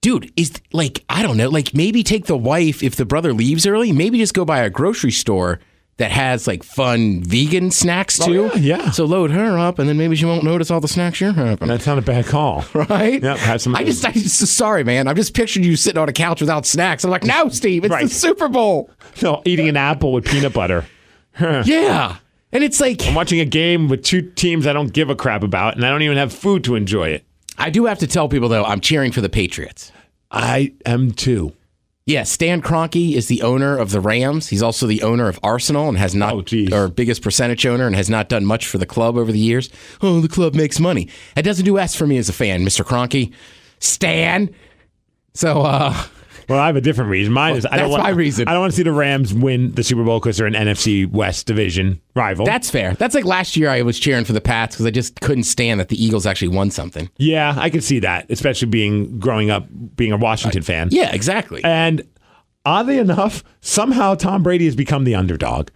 Dude, is like I don't know, like maybe take the wife if the brother leaves early. Maybe just go by a grocery store that has like fun vegan snacks too. Oh, yeah, So load her up, and then maybe she won't notice all the snacks you're having. That's not a bad call, right? Yep, have some. I just, I just, sorry, man. I'm just picturing you sitting on a couch without snacks. I'm like, no, Steve, it's Right. the Super Bowl. no eating an apple with peanut butter. yeah, and it's like I'm watching a game with two teams I don't give a crap about, and I don't even have food to enjoy it. I do have to tell people though, I'm cheering for the Patriots. I am too. Yeah, Stan Kroenke is the owner of the Rams. He's also the owner of Arsenal and has Oh, not, or biggest percentage owner, and has not done much for the club over the years. Oh, the club makes money. That doesn't do s for me as a fan, Mr. Kroenke. Stan. So, Oh. uh, Well, I have a different reason. Mine is I don't That's want my reason. I don't want to see the Rams win the Super Bowl because they're an NFC West division rival. That's fair. That's like last year I was cheering for the Pats because I just couldn't stand that the Eagles actually won something. yeah, I can see that, especially being growing up being a Washington fan. Yeah, exactly. And oddly enough, somehow Tom Brady has become the underdog.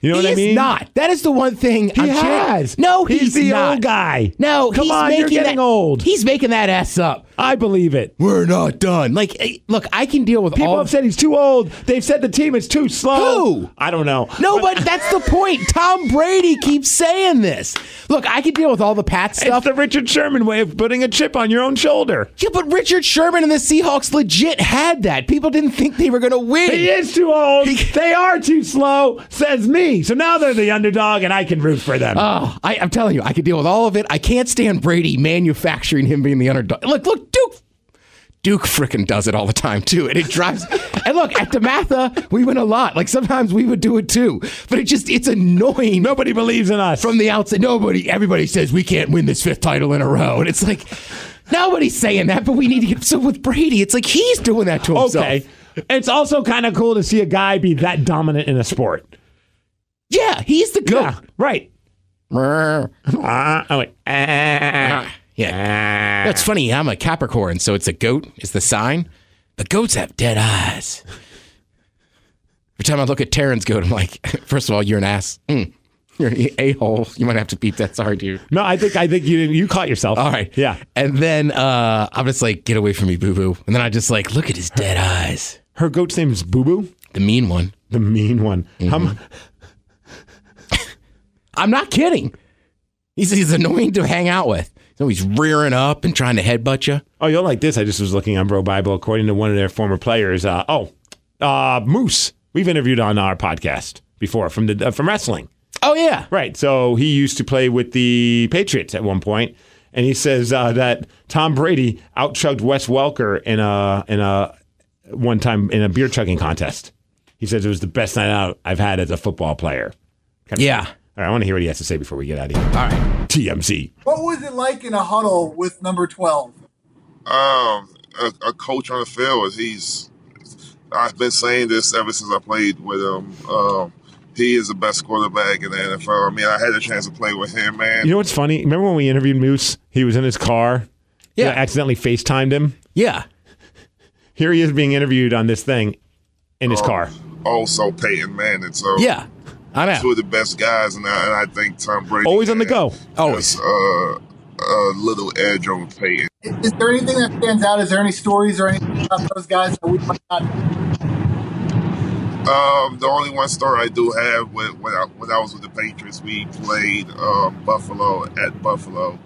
You know He what I is mean? not. That is the one thing He I'm has. Cheering. No, he's, the not. old guy. No, Come he's on, making you're getting that, old. He's making that ass up. I believe it. We're not done. Like, eh, look, I can deal with People all. have said he's too old. They've said the team is too slow. Oh. Who? I don't know. no, but that's the point. Tom Brady keeps saying this. Look, I can deal with all the Pat stuff. It's the Richard Sherman way of putting a chip on your own shoulder. yeah, but Richard Sherman and the Seahawks legit had that. People didn't think they were going to win. He is too old. they are too slow, says me. So now they're the underdog, and I can root for them. Oh, I, I'm telling you, I can deal with all of it. I can't stand Brady manufacturing him being the underdog. Look, look, Duke. Duke frickin' does it all the time too, and it drives. and look, at Damatha, we win a lot. Like sometimes we would do it too, but it just it's annoying. Nobody believes in us from the outside. Nobody, everybody says we can't win this fifth title in a row, and it's like nobody's saying that. But we need to get so with Brady. It's like he's doing that to himself. okay. It's also kind of cool to see a guy be that dominant in a sport. Yeah, he's the goat. Yeah, right. Ah, oh, wait. Ah. Yeah. That's funny. I'm a Capricorn, so it's a goat is the sign. But goats have dead eyes. Every time I look at Taryn's goat, I'm like, first of all, you're an ass. Mm. You're an a hole. You might have to beep that. Sorry, dude. No, I think I think you you caught yourself. All right. Yeah. And then uh, I'm just like, get away from me, boo boo. And then I just like, look at his dead eyes. Her goat's name is Boo Boo. The mean one. The mean one. How mu- I'm not kidding. He's, he's annoying to hang out with. So he's rearing up and trying to headbutt you. Oh, you'll like this. I just was looking on Bro Bible. According to one of their former players, uh, oh, uh, Moose, we've interviewed on our podcast before from the uh, from wrestling. Oh, yeah. Right. So he used to play with the Patriots at one point, and he says uh, that Tom Brady outchugged Wes Welker in a in a one time in a beer chugging contest. He says it was the best night out I've had as a football player. Yeah. All right, I want to hear what he has to say before we get out of here. All right. TMZ. What was it like in a huddle with number 12? Um, a, a coach on the field. He's. I've been saying this ever since I played with him. Um, he is the best quarterback in the NFL. I mean, I had a chance to play with him, man. You know what's funny? Remember when we interviewed Moose? He was in his car. Yeah. accidentally FaceTimed him. Yeah. Here he is being interviewed on this thing in his Oh. car. Also, Peyton Manning. So Yeah, I know. Two of the best guys, and I, and I think Tom Brady Always on the go. always uh, a little edge over Peyton. Is there anything that stands out? Is there any stories or anything about those guys that we might not? Um, the only one story I do have with when I, when I was with the Patriots, we played uh, Buffalo at Buffalo,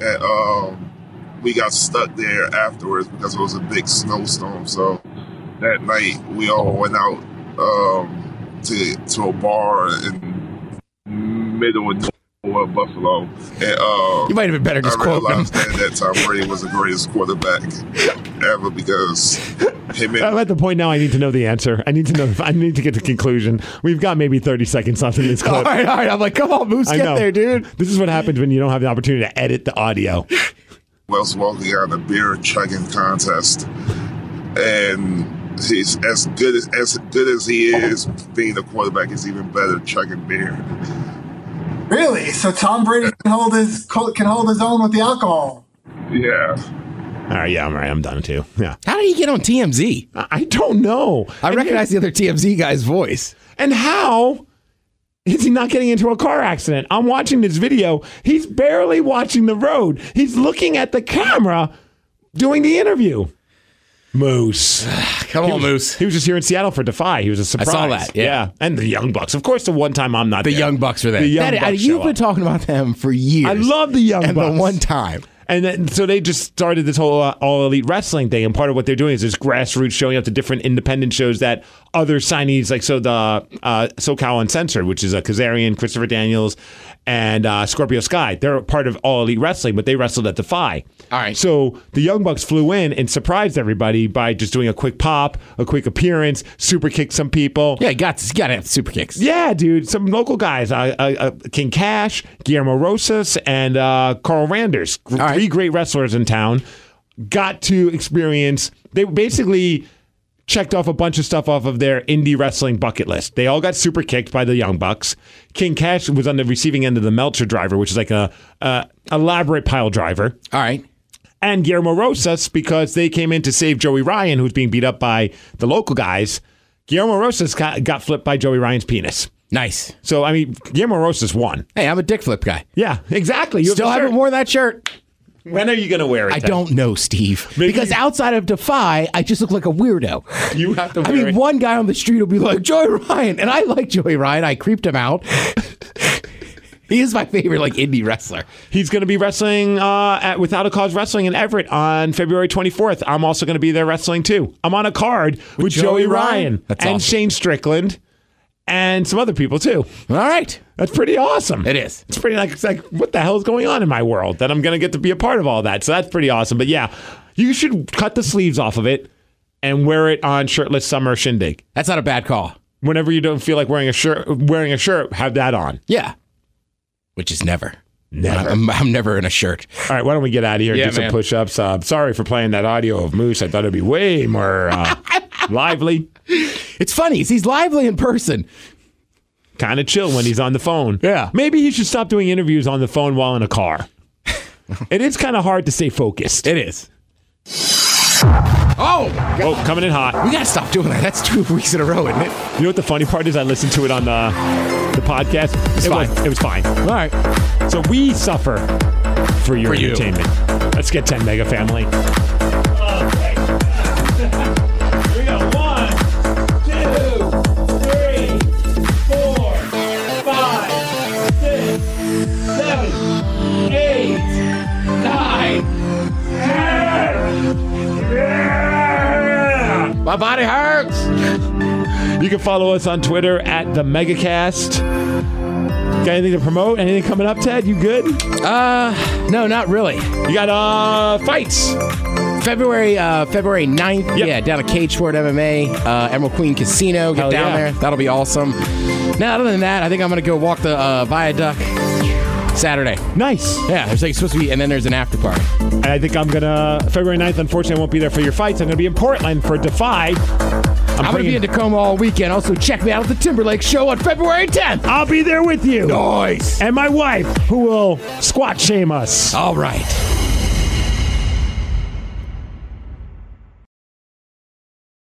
and um, we got stuck there afterwards because it was a big snowstorm. So that night we all went out um, to to a bar in middle of nowhere, Buffalo. And, uh, You might have been better just I quoting him. realized that, that Tom Brady was the greatest quarterback ever because him and I'm at the point now I need to know the answer. I need to know. I need to get to conclusion. We've got maybe 30 seconds left in this clip. All right, all right. I'm like, come on, Moose, I get know. there, dude. This is what happens when you don't have the opportunity to edit the audio. was walking out a beer chugging contest, and he's as good as as good as he is being the quarterback. He's even better chugging beer. Really? So Tom Brady can hold his can hold his own with the alcohol. Yeah. All right. Yeah. I'm right. I'm done too. Yeah. How did he get on TMZ? I don't know. I recognize the other TMZ guy's voice. And how is he not getting into a car accident? I'm watching this video. He's barely watching the road. He's looking at the camera doing the interview. Moose. Come He on, was- Moose. He was just here in Seattle for Defy. He was a I surprise. saw that, yeah. And the Young Bucks. Of course, the one time I'm not the there. Young Bucks were there. The Young That- Bucks you've show been up. talking about them for years. I love the Young and Bucks. the one time. And then, so they just started this whole uh, all elite wrestling thing, and part of what they're doing is this grassroots showing up to different independent shows that other signees like so the uh, SoCal Uncensored, which is a Kazarian, Christopher Daniels, and uh, Scorpio Sky. They're part of all elite wrestling, but they wrestled at Defy. All right. So the Young Bucks flew in and surprised everybody by just doing a quick pop, a quick appearance, super kicked some people. Yeah, got got to have super kicks. Yeah, dude. Some local guys, uh, uh, uh, King Cash, Guillermo Rosas, and uh, Carl Randers, gr- three great wrestlers in town, got to experience. They basically checked off a bunch of stuff off of their indie wrestling bucket list. They all got super kicked by the Young Bucks. King Cash was on the receiving end of the Melcher driver, which is like a uh, elaborate pile driver. All right. And Guillermo Rosas because they came in to save Joey Ryan, who's being beat up by the local guys. Guillermo Rosas got, got flipped by Joey Ryan's penis. Nice. So I mean, Guillermo Rosas won. Hey, I'm a dick flip guy. Yeah, exactly. have Still the haven't shirt. worn that shirt. When are you going to wear it? I then? don't know, Steve. because outside of Defy, I just look like a weirdo. You have to. I Wear mean, it. one guy on the street will be like, Joey Ryan. And I like Joey Ryan. I creeped him out. he is my favorite, like, indie wrestler. He's going to be wrestling uh, at Without a Cause Wrestling in Everett on February 24th. I'm also going to be there wrestling too. I'm on a card with, Joey Joey Ryan? Ryan That's and awesome. Shane Strickland and some other people too. All right. That's pretty awesome. It is. It's pretty like it's like what the hell is going on in my world that I'm going to get to be a part of all that. So that's pretty awesome. But yeah, you should cut the sleeves off of it and wear it on shirtless summer shindig. That's not a bad call. Whenever you don't feel like wearing a shirt, wearing a shirt, have that on. Yeah. Which is never. Never. I'm, I'm never in a shirt. All right, why don't we get out of here and Yeah, do some man. push ups? Uh, sorry for playing that audio of Moose. I thought it'd be way more uh, lively. It's funny. He's lively in person. Kind of chill when he's on the phone. Yeah. Maybe he should stop doing interviews on the phone while in a car. it is kind of hard to stay focused. It is. Oh, Oh, coming in hot. we got to stop doing that. That's two weeks in a row, isn't it? You know what the funny part is? I listened to it on the, the podcast. It's it, Was, fine. it was fine. All right. So we suffer for your For you. entertainment. Let's get 10 Mega Family. We got one, two, three, four, five, six, seven, eight, nine, ten. Yeah! My body hurts. You can follow us on Twitter at the Megacast. Got anything to promote? Anything coming up, Ted? You good? Uh, no, not really. You got uh fights. February uh, February 9th. Yeah, down at Cageport MMA, uh, Emerald Queen Casino. Get Hell down yeah. there. That'll be awesome. Now, other than that, I think I'm gonna go walk the uh, viaduct Saturday. Nice. Yeah, there's like supposed to be, and then there's an after party. And I think I'm gonna February 9th. Unfortunately, I won't be there for your fights. I'm gonna be in Portland for Defy. I'm, gonna be in Tacoma all weekend. Also, check me out at the Timberlake Show on February 10th. I'll be there with you. Nice. And my wife, who will squat shame us. All right.